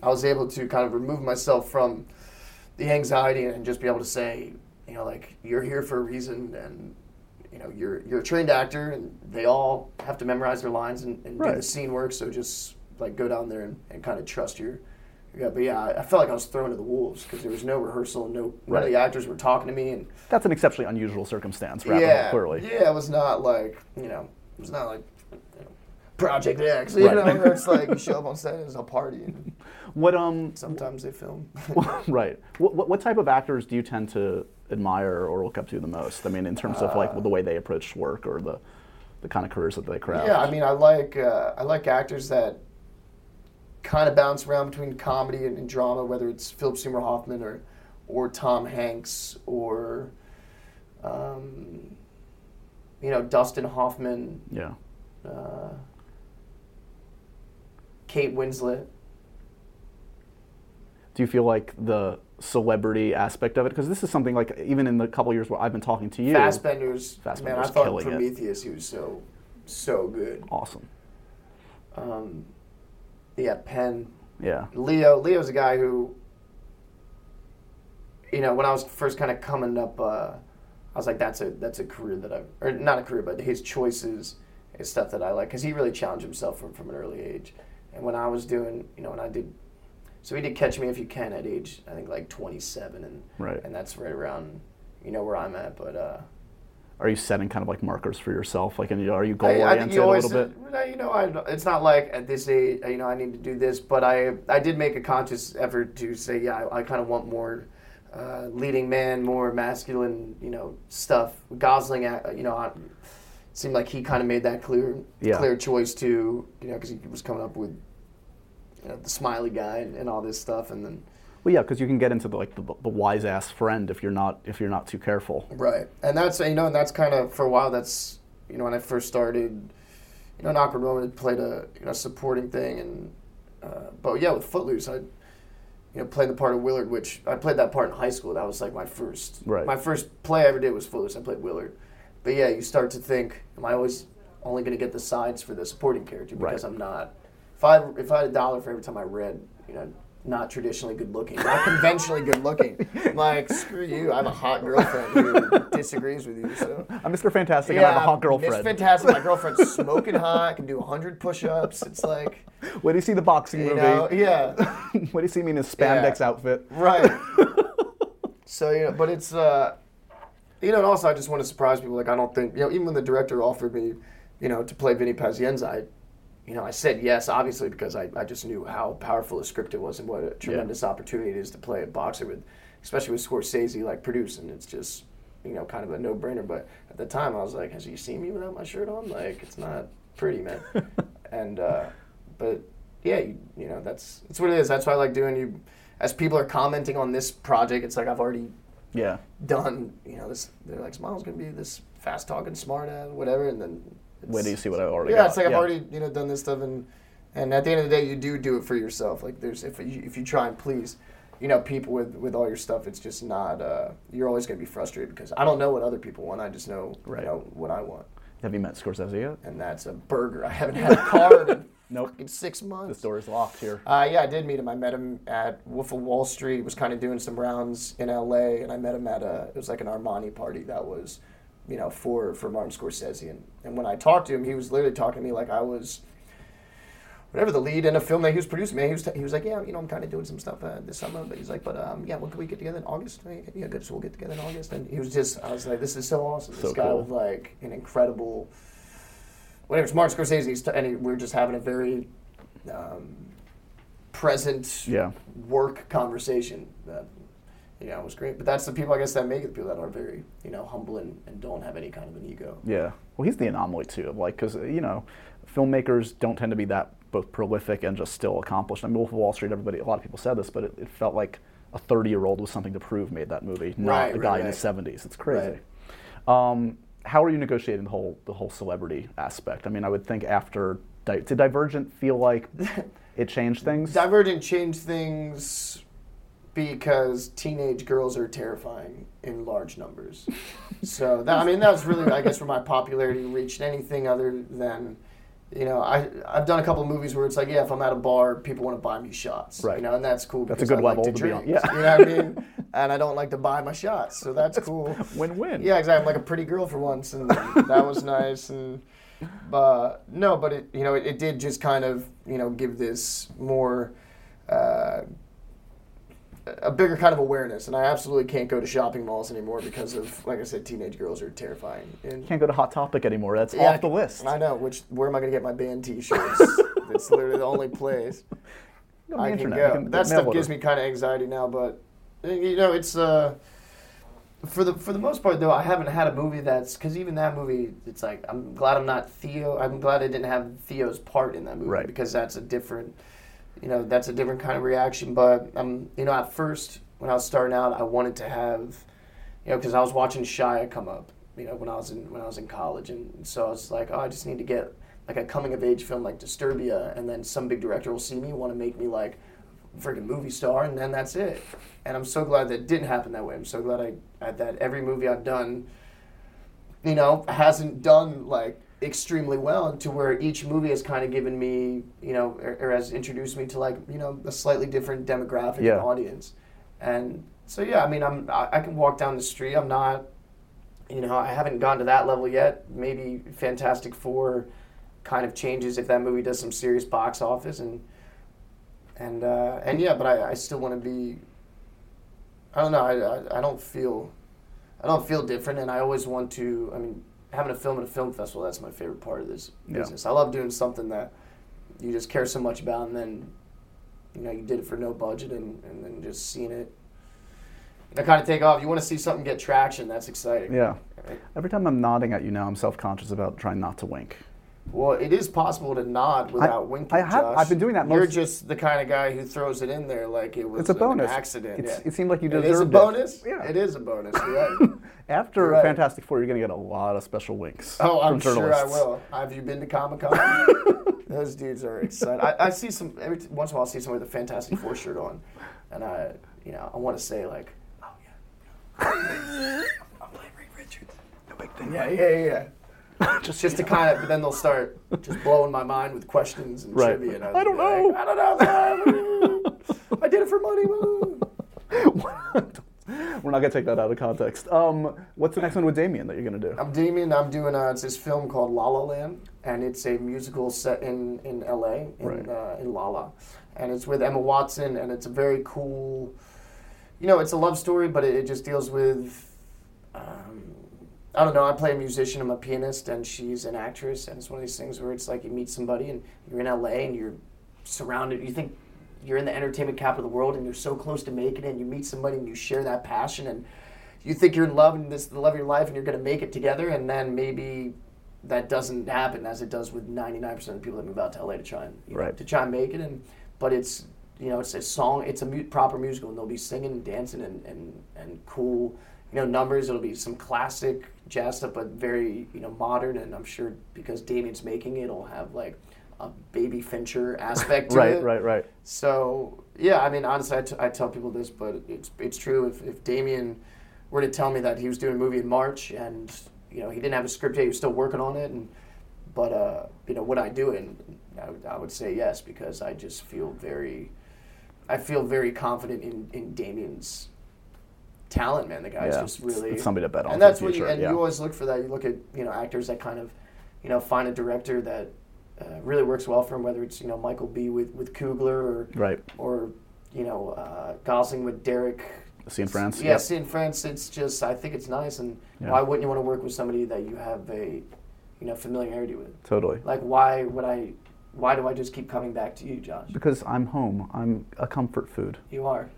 I was able to kind of remove myself from the anxiety and just be able to say, you know, like you're here for a reason, and you know, you're you're a trained actor, and they all have to memorize their lines and, and do the Right. scene work. So just like go down there and, and kind of trust your. your gut. but yeah, I I felt like I was thrown to the wolves because there was no rehearsal, no none of Right. the actors were talking to me, and That's an exceptionally unusual circumstance for yeah, Apple, clearly. Yeah, it was not like, you know, it was not like you know, Project X, you Right. know, where it's like you (laughs) show up on set and it's a party and What um, (laughs) sometimes they film. (laughs) right? What, what what type of actors do you tend to admire or look up to the most? I mean, in terms of Uh. like the way they approach work or the the kind of careers that they craft. yeah, I mean, I like uh, I like actors that kind of bounce around between comedy and, and drama, whether it's Philip Seymour Hoffman or or Tom Hanks or um, you know, Dustin Hoffman, yeah. uh, Kate Winslet. do you feel like the celebrity aspect of it because this is something like even in the couple years where i've been talking to you Fastbender's, man, I Fassbender's thought killing it. Prometheus, he was so, so good. awesome Um, yeah, Penn, yeah Leo. Leo's a guy who, you know, when I was first kind of coming up, uh, I was like, that's a that's a career that I, or not a career, but his choices is stuff that I like because he really challenged himself from from an early age. And when I was doing, you know, when I did, so he did Catch Me If You Can at age I think like 27, and Right. and that's right around, you know, where I'm at, but. uh are you setting kind of like markers for yourself like and are you goal I- I think oriented you a always, little bit uh, You know, I, it's not like at this age, you know, I need to do this, but I, I did make a conscious effort to say, yeah, I, I kind of want more uh, leading man, more masculine, you know, stuff. Gosling, uh, you know, I, it seemed like he kind of made that clear, Yeah. clear choice too, you know, because he was coming up with you know, the smiley guy and, and all this stuff, and then. well yeah because you can get into the like the, the wise ass friend if you're not if you're not too careful Right, and that's you know, and that's kind of for a while. That's you know, when I first started, you know, an awkward moment had played a you know supporting thing, and uh, but yeah, with Footloose, I you know played the part of Willard, which I played that part in high school. That was like my first Right. my first play I ever did was Footloose. I played Willard, but yeah, you start to think, am I always only going to get the sides for the supporting character because Right. I'm not. If I if I had a dollar for every time I read, you know. Not traditionally good (laughs) looking, not conventionally good looking. Like screw you, I have a hot (laughs) girlfriend who disagrees with you. So i'm mr Uh, fantastic and i have a hot It's girlfriend fantastic. My (laughs) girlfriend's smoking hot. Can do hundred push-ups. It's like when do you see the boxing you movie know, yeah, (laughs) when do you see me in a spandex Yeah. outfit right. so you know, but it's uh, you know, and also I just want to surprise people. Like I don't think you know, even when the director offered me you know, to play Vinny Pazienza, I, you know, I said yes, obviously, because I, I just knew how powerful the script it was and what a tremendous opportunity it is to play a boxer with, especially with Scorsese like producing. It's just, you know, kind of a no brainer. But at the time, I was like, has he seen me without my shirt on? Like, it's not pretty, man. and, uh, but yeah, you, you know, that's, that's what it is. That's what I like doing. You, as people are commenting on this project, it's like I've already (laughs) Yeah. done. You know, this they're like, Smile's gonna be this fast talking, smart ass, whatever, and then. it's- Where do you see what I already Yeah, got? it's like I've already you know done this stuff, and and at the end of the day, you do do it for yourself. Like there's if you, if you try and please, you know, people with with all your stuff, it's just not. Uh, you're always gonna be frustrated because I don't know what other people want. I just know Right. you know what I want, Have you met Scorsese yet? and that's a burger. I haven't had a car in (laughs) Nope. fucking six months. This door is locked here. Uh, yeah, I did meet him. I met him at Wolf of Wall Street. He was kind of doing some rounds in L.A. and I met him at a it was like an Armani party that was, you know, for for Martin Scorsese. And and when I talked to him, he was literally talking to me like I was. Whatever the lead in a film that he was producing, man, he was, t- he was like, yeah, you know, I'm kind of doing some stuff uh, this summer, but he's like, but um, yeah, when can we get together in August? Like, Yeah, good, so we'll get together in August. And he was just, I was like, this is so awesome. So this guy cool. with like an incredible, whatever. It's Martin Scorsese, he's t- and he, we we're just having a very um, present Yeah. work conversation that you know was great. But that's the people I guess that make it. The people that are very you know humble and, and don't have any kind of an ego. Yeah. Well, he's the anomaly too, of like, because you know, filmmakers don't tend to be that both prolific and just still accomplished. I mean, Wolf of Wall Street. Everybody, a lot of people said this, but it, it felt like a 30-year-old with something to prove made that movie, not Right, a right, guy in right. his 70s. It's crazy. Um, how are you negotiating the whole the whole celebrity aspect? I mean, I would think after Di- did Divergent feel (laughs) like it changed things? Divergent changed things because teenage girls are terrifying in large (laughs) numbers. so that, I mean, that was really, I guess, where my popularity reached anything other than, you know, I I've done a couple of movies where it's like, yeah, if I'm at a bar, people want to buy me shots, Right. You know, and that's cool. That's a because good I level like to to be drink, on. Yeah. you know what (laughs) I mean. And I don't like to buy my shots, so that's cool. Win-win. Yeah, exactly. I'm like a pretty girl for once, and that (laughs) was nice. And but no, but it you know it, it did just kind of you know give this more uh, a bigger kind of awareness. And I absolutely can't go to shopping malls anymore because of like I said, teenage girls are terrifying. And Can't go to Hot Topic anymore. That's Yeah, off the list. I know. Which where am I going to get (laughs) my band T-shirts? it's literally the only place. You go to the I can internet, go. you can that mail stuff gives order. me kind of anxiety now, but you know, it's uh, for the for the most part though, I haven't had a movie that's because even that movie, it's like I'm glad I'm not Theo. I'm glad I didn't have Theo's part in that movie Right. because that's a different, you know, that's a different kind of reaction. But um, you know, at first when I was starting out, I wanted to have, you know, because I was watching Shia come up, you know, when I was in when I was in college, and so I was like, oh, I just need to get like a coming of age film like Disturbia, and then some big director will see me, want to make me like freaking movie star, and then that's it. And I'm so glad that didn't happen that way. I'm so glad I, I that every movie I've done, you know, hasn't done like extremely well, and to where each movie has kind of given me, you know, or, or has introduced me to like you know a slightly different demographic Yeah. and audience. And so yeah, I mean, I'm I, I can walk down the street. I'm not you know, I haven't gone to that level yet. Maybe Fantastic Four kind of changes if that movie does some serious box office and and uh, and yeah, but I, I still want to be. I don't know. I, I I don't feel I don't feel different, and I always want to. I mean, having a film at a film festival that's my favorite part of this Yeah. business. I love doing something that you just care so much about, and then you know you did it for no budget, and, and then just seeing it. I kind of take off. You want to see something get traction. That's exciting. Yeah. Every time I'm nodding at you now, I'm self-conscious about trying not to wink. Well, it is possible to nod without winking. I have- Josh. I've been doing that You're most- just the kind of guy who throws it in there like it was It's a an bonus. accident. It's- yeah. it seemed like you It is a deserved it. bonus. Yeah. it is a bonus. You're (laughs) right. After You're right. Fantastic Four, you're going to get a lot of special winks. oh, I'm from sure I journalists. (laughs) will. Have you been to Comic Con? Those dudes are excited. I, I see some every t- once in a while. I see someone with a Fantastic Four shirt on, and I, you know, I want to say like, oh yeah, I'm playing Rick Richards. No big thing. Yeah, yeah, yeah, yeah. (laughs) Just, just to kind of, but then they'll start just blowing my mind with questions and Right. trivia. And I I'll don't be like, know. I don't know. man. I did it for money. man." (laughs) We're not going to take that out of context. Um, what's the next one with Damien that you're going to do? I'm Damien. I'm doing uh it's this film called La La Land, and it's a musical set in in L.A. in Right. uh, in La La, and it's with Emma Watson, and it's a very cool. You know, it's a love story, but it, it just deals with um, I don't know. I play a musician. I'm a pianist, and she's an actress. And it's one of these things where it's like you meet somebody, and you're in LA, and you're surrounded. You think you're in the entertainment capital of the world, and you're so close to making it. And you meet somebody, and you share that passion, and you think you're in love, and this is the love of your life, and you're going to make it together. And then maybe that doesn't happen, as it does with 99% of the people that move out to LA to try and you know, Right. to try and make it. And but it's you know it's a song, it's a mu- proper musical, and they'll be singing and dancing and and and cool you know numbers. It'll be some classic jazz stuff, but very you know modern. And I'm sure because Damien's making it, it'll have like a baby Fincher aspect to Right, it. right, right. So yeah, I mean, honestly, I, t- I tell people this, but it's it's true. If if Damien were to tell me that he was doing a movie in March and you know he didn't have a script yet, he was still working on it, and but uh, you know would I do it? And I, would- I would say yes because I just feel very, I feel very confident in in Damien's talent. Man, the guy's Yeah, just it's- really it's somebody to bet on And for the that's what you future, and yeah. you always look for that. You look at you know actors that kind of you know find a director that. Uh, really works well for him, whether it's you know Michael B with with Kugler or Right. or you know uh, Gosling with Derek. See in France. Yes, in France, it's just I think it's nice, and Yeah. why wouldn't you want to work with somebody that you have a you know familiarity with? Totally. Like, why would I? Why do I just keep coming back to you, Josh? Because I'm home. I'm a comfort food. You are.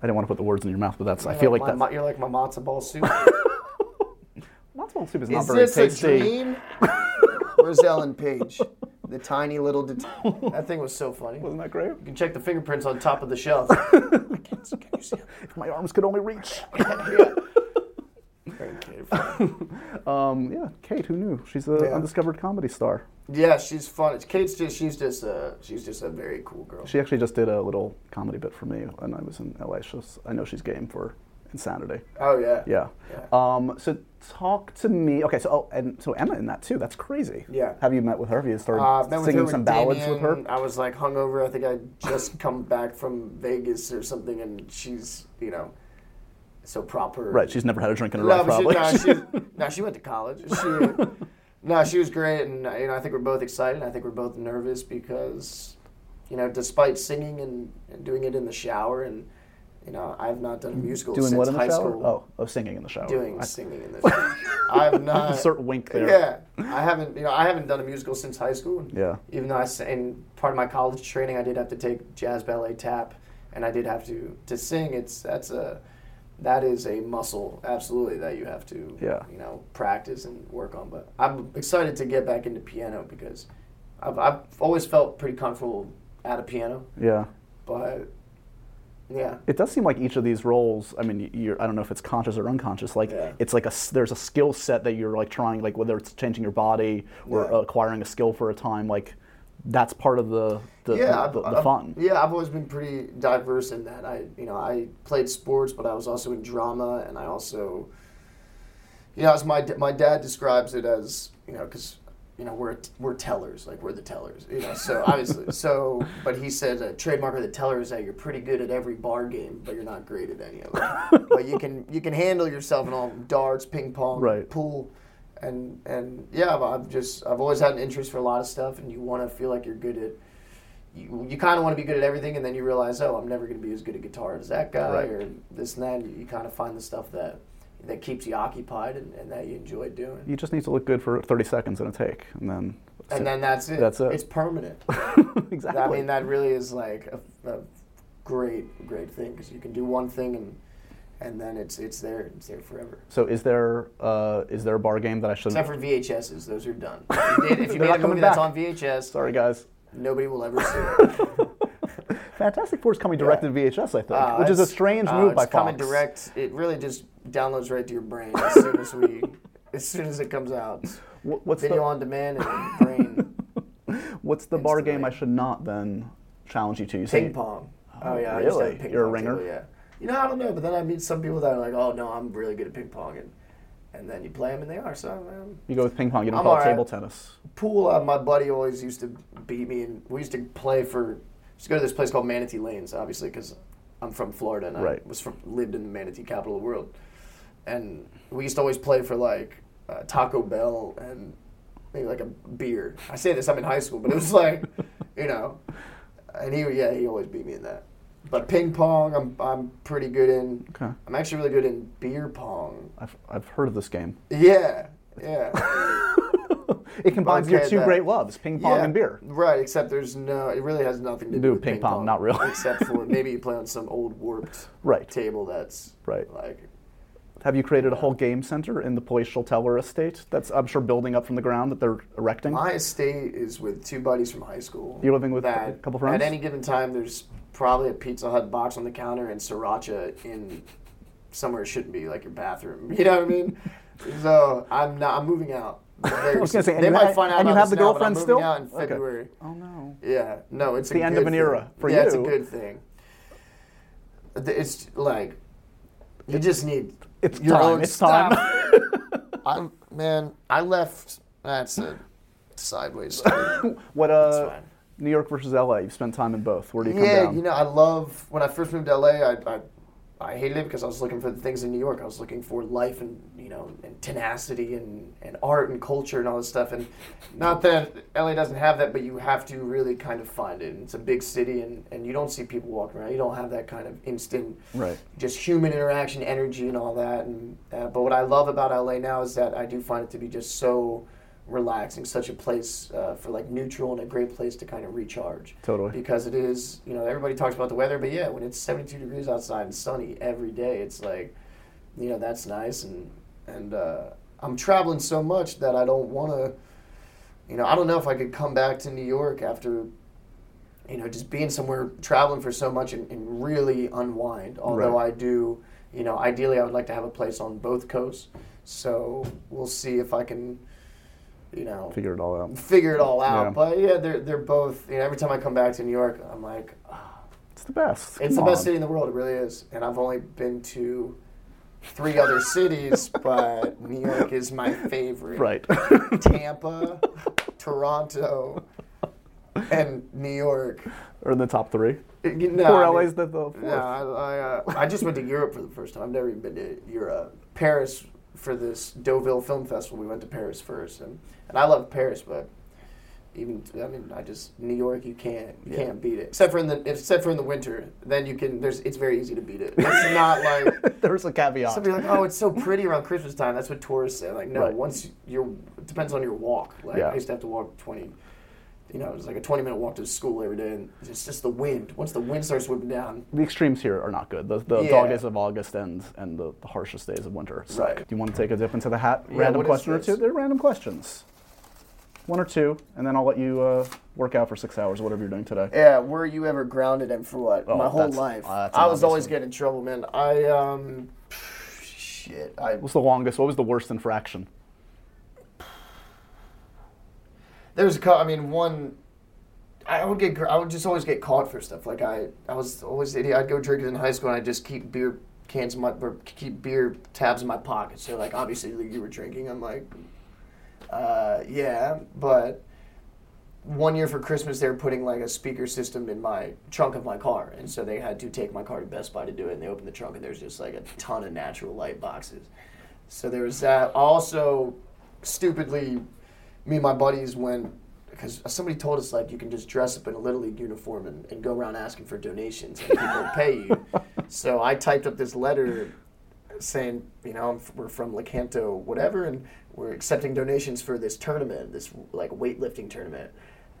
I didn't want to put the words in your mouth, but that's. I You're feel like my, that's. You're like my matzo ball soup. Matzo ball soup is not Is very this tasty. a (laughs) dream? Where's Ellen Page? The tiny little. Det- that thing was so funny. You Wasn't that great? can check the fingerprints on top of the shelf. (laughs) can, can you see them? If my arms could only reach. (laughs) Yeah. Very kid friendly. (laughs) um, yeah, Kate. Who knew? She's an Yeah. undiscovered comedy star. Yeah, she's fun. Kate's just she's just a she's just a very cool girl. She actually just did a little comedy bit for me when I was in LA. She's, I know she's game for insanity. oh yeah. Yeah. Yeah. Um, so talk to me. Okay. So oh, and so Emma in that too. That's crazy. Yeah. Have you met with her? Have you started Uh, I've met with singing her some with ballads Damien. with her? I was like hungover. I think I just come back from Vegas or something, and she's you know so proper. Right. She's never had a drink in her no, life, but probably. She, no, (laughs) she, no, she went to college. She, no, she was great, and uh, you know I think we're both excited. I think we're both nervous because you know despite singing and, and doing it in the shower, and you know I've not done a musical Mm, doing since what in the high shower? school. Oh, oh, singing in the shower. doing I- singing (laughs) in this. I've not. Insert wink there. Yeah, I haven't. You know, I haven't done a musical since high school. Yeah. Even though I s- in part of my college training, I did have to take jazz, ballet, tap, and I did have to to sing. It's that's a that is a muscle absolutely that you have to Yeah. you know practice and work on. But I'm excited to get back into piano because I've, I've always felt pretty comfortable at a piano, yeah. but yeah. It does seem like each of these roles. I mean, you're, I don't know if it's conscious or unconscious. Like Yeah. it's like a s- there's a skill set that you're like trying, like whether it's changing your body or Yeah. acquiring a skill for a time. Like that's part of the the, yeah, the, I've- the I've- fun. Yeah, I've always been pretty diverse in that. I, you know, I played sports, but I was also in drama, and I also, you know, as my d- my dad describes it as, you know, because you know we're we're tellers, like we're the tellers, you know. So (laughs) obviously, so but he said a trademark of the teller is that you're pretty good at every bar game, but you're not great at any (laughs) of them. but you can you can handle yourself in all darts, ping pong, Right. pool. And and yeah, I've- I've just I've always had an interest for a lot of stuff, and you want to feel like you're good at you, you kind of want to be good at everything, and then you realize, oh, I'm never going to be as good a guitar as that guy Right. or this and that. You, you kind of find the stuff that that keeps you occupied and, and that you enjoy doing. You just need to look good for 30 seconds in a take, and then. (laughs) and then that's it. That's it. It's permanent. (laughs) exactly. I mean, that really is like a, a great, great thing because you can do one thing and and then it's it's there. It's there forever. so is there uh, is there a bar game that I shouldn't? Except for VHSs, those are done. If you, did, if you They're made not a coming movie that's back. on VHS, Sorry, guys. nobody will ever see (laughs) it. Fantastic Four is coming direct to VHS, I think, Uh, which is a it's- strange uh, move by it's coming Fox. direct. It really just downloads right to your brain as soon as (laughs) we, as soon as it comes out. Wh- What's Video the, on (laughs) demand and brain what's the bar game I instantly. should not then challenge you to? You say- ping pong. Oh yeah, I used to really? have ping You're a pong ringer? table, yeah. You know, I don't know, but then I meet some people that are like, "Oh no, I'm really good at ping pong," and and then you play them and they are. So um, You go with ping pong. You don't I'm call it all right. table tennis. pool. Uh, my buddy always used to beat me, and we used to play for. Used to go to this place called Manatee Lanes, obviously, because I'm from Florida and Right. I was from lived in the Manatee capital of the world, and we used to always play for like uh, Taco Bell and maybe like a beer. (laughs) I say this, I'm in high school, but it was like, you know, and he yeah he always beat me in that. But ping pong, I'm I'm pretty good in. Okay. I'm actually really good in beer pong. I've, I've heard of this game. (laughs) Yeah, yeah, It combines your Okay, two that- great loves, ping pong yeah. and beer. Right, except there's no. It really has nothing to Do do with ping ping, pong, not real. except for (laughs) maybe you play on some old warped Right. table that's Right. Like, Have you created a whole game center in the palatial Teller estate that's, I'm sure, building up from the ground that they're erecting? my estate is with two buddies from high school. You're living with a that couple friends? At any given time, there's probably a Pizza Hut box on the counter and sriracha in somewhere it shouldn't be, like your bathroom. (laughs) You know what I mean? So I'm not. I'm (laughs) moving out. I was gonna say, and they you might ha- find out and you about have this the now, but I'm girlfriend moving still? out in Okay. February. oh, no. Yeah, no, it's the a end good of an thing. era for yeah, it's a you. good thing. Th- It's like you just need It's your time. own It's (laughs) stuff. time. I man, I left. That's a (laughs) sideways. story. what, uh, fine. New York versus LA? You've spent time in both. Where do you come yeah, down? you know, I love when I first moved to LA. I, I I hated it because I was looking for the things in New York. I was looking for life and you know and tenacity and, and art and culture and all this stuff. And not that LA doesn't have that, but you have to really kind of find it. And it's a big city, and, and you don't see people walking around. You don't have that kind of instant Right. just human interaction, energy, and all that. And uh, but what I love about LA now is that I do find it to be just so relaxing, such a place uh, for like neutral and a great place to kind of recharge. Totally. Because it is, you know, everybody talks about the weather, but yeah, when it's 72 degrees outside and sunny every day, it's like, you know, that's nice. And and uh, I'm traveling so much that I don't want to. You know, I don't know if I could come back to New York after you know, just being somewhere traveling for so much and, and really unwind. Although Right. I do, you know, ideally I would like to have a place on both coasts. So we'll see if I can, you know, figure, Figure it all out. it all out. Yeah. But yeah, they're they're both. You know, every time I come back to New York, I'm like, "Ah, It's the best. it's Come the best on. city in the world. It really is. And I've only been to three (laughs) other cities, but New York is my favorite. Right. (laughs) Tampa, (laughs) Toronto, and New York. or in the top three. You know, Or I mean- LA's the, the fourth. No, I, I, uh, I just went to Europe for the first time. I've never even been to Europe. Paris for this Deauville Film Festival. We went to Paris first, and, and I love Paris, but even I mean, I just New York. You can't you Yeah. can't beat it. Except for in the except for in the winter, then you can. There's it's very easy to beat it. It's not like. (laughs) There's a caveat. Somebody like, oh, it's so pretty around Christmas time. That's what tourists say. Like, no, Right. once you're, it depends on your walk. Like, Yeah. I used to have to walk 20, you know, it was like a 20 minute walk to school every day, and it's just the wind. Once the wind starts whipping down, the extremes here are not good. The, the Yeah. dog days of August and, and the, the harshest days of winter. suck. Right. Do you want to take a dip into the hat? random what is question or this? two? They're random questions. One or two, and then I'll let you uh, work out for six hours, whatever you're doing today. Yeah, were you ever grounded and for what? My whole that's- life. uh, that's I was another always thing. getting in trouble, man. I um (sighs) shit. I What's the longest? What was the worst infraction? there was a cou- I mean one I would get gr- I would just always get caught for stuff. Like I I was always the idiot. I'd go drinking in high school and I would just keep beer cans in my or keep beer tabs in my pocket. So like obviously you were drinking. I'm like uh, yeah, but one year for Christmas, they were putting like a speaker system in my trunk of my car, and so they had to take my car to Best Buy to do it. And they opened the trunk, and there's just like a ton of natural light boxes. So there was that. Also, stupidly, me and my buddies went because somebody told us like you can just dress up in a little league uniform and, and go around asking for donations and people will pay you. So I typed up this letter saying, you know, I'm f- we're from Lecanto, whatever, and we're accepting donations for this tournament, this like weightlifting tournament,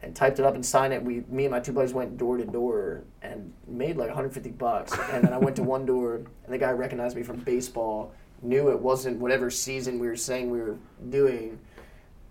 and typed it up and signed it. We, me and my two buddies went door to door and made like 150 bucks. And then I went to one door, and the guy recognized me from baseball, knew it wasn't whatever season we were saying we were doing.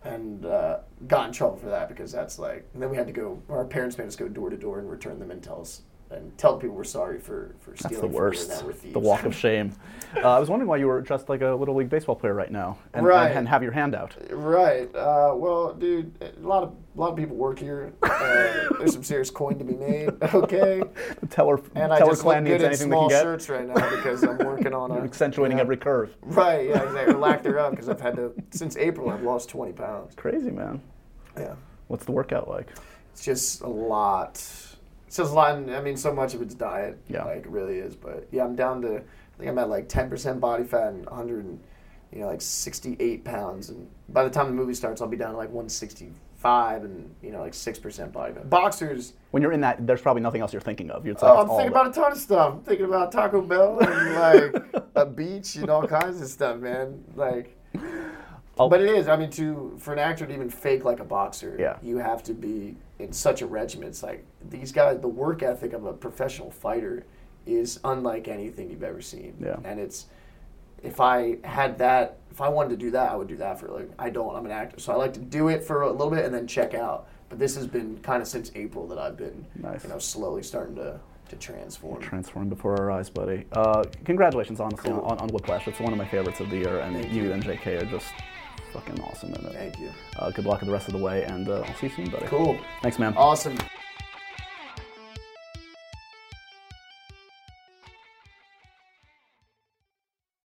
And uh, got in trouble for that because that's like. And then we had to go. Our parents made us go door to door and return them and tell us and tell people we're sorry for for stealing That's the from you worst. and that we're thieves. The walk of shame. Uh, I was wondering why you were dressed like a little league baseball player right now, and, and- Right. and, have your hand out. Right. Uh, well, dude, a lot of a lot of people work here. Uh, there's some serious coin to be made. (laughs) Okay. The teller, And I teller just look clan good needs in anything they can small get. shirts right now because I'm (laughs) working on a, You're accentuating yeah. every curve. Right. Yeah. Exactly. Or Lack thereof because I've had to since April I've lost 20 pounds. Crazy man. Yeah. What's the workout like? It's just a lot. It's just a lot. And, I mean, so much of it's diet. Yeah. Like it really is. But yeah, I'm down to. I think I'm at like 10% body fat and 100, and, you know, like 68 pounds. And by the time the movie starts, I'll be down to like 165 five and you know like six percent body fat. Boxers. When you're in that, there's probably nothing else you're thinking of. You're it's Oh, like, I'm thinking about a ton of stuff. I'm thinking about Taco Bell and like (laughs) a beach and all kinds of stuff, man. Like, but it is. I mean, to for an actor to even fake like a boxer, Yeah. you have to be in such a regimen. It's like these guys. The work ethic of a professional fighter is unlike anything you've ever seen. Yeah. and it's if I had that, if I wanted to do that, I would do that for like I don't. I'm an actor, so I like to do it for a little bit and then check out. But this has been kind of since April that I've been, Nice. you know, slowly starting to to transform. Transform before our eyes, buddy. Uh, congratulations, honestly, Cool. on, on Whiplash. It's one of my favorites of the year, and Thank you, you. and JK are just fucking awesome in it. Thank you. Uh, good luck the rest of the way, and uh, I'll see you soon, buddy. Cool. Thanks, man. Awesome.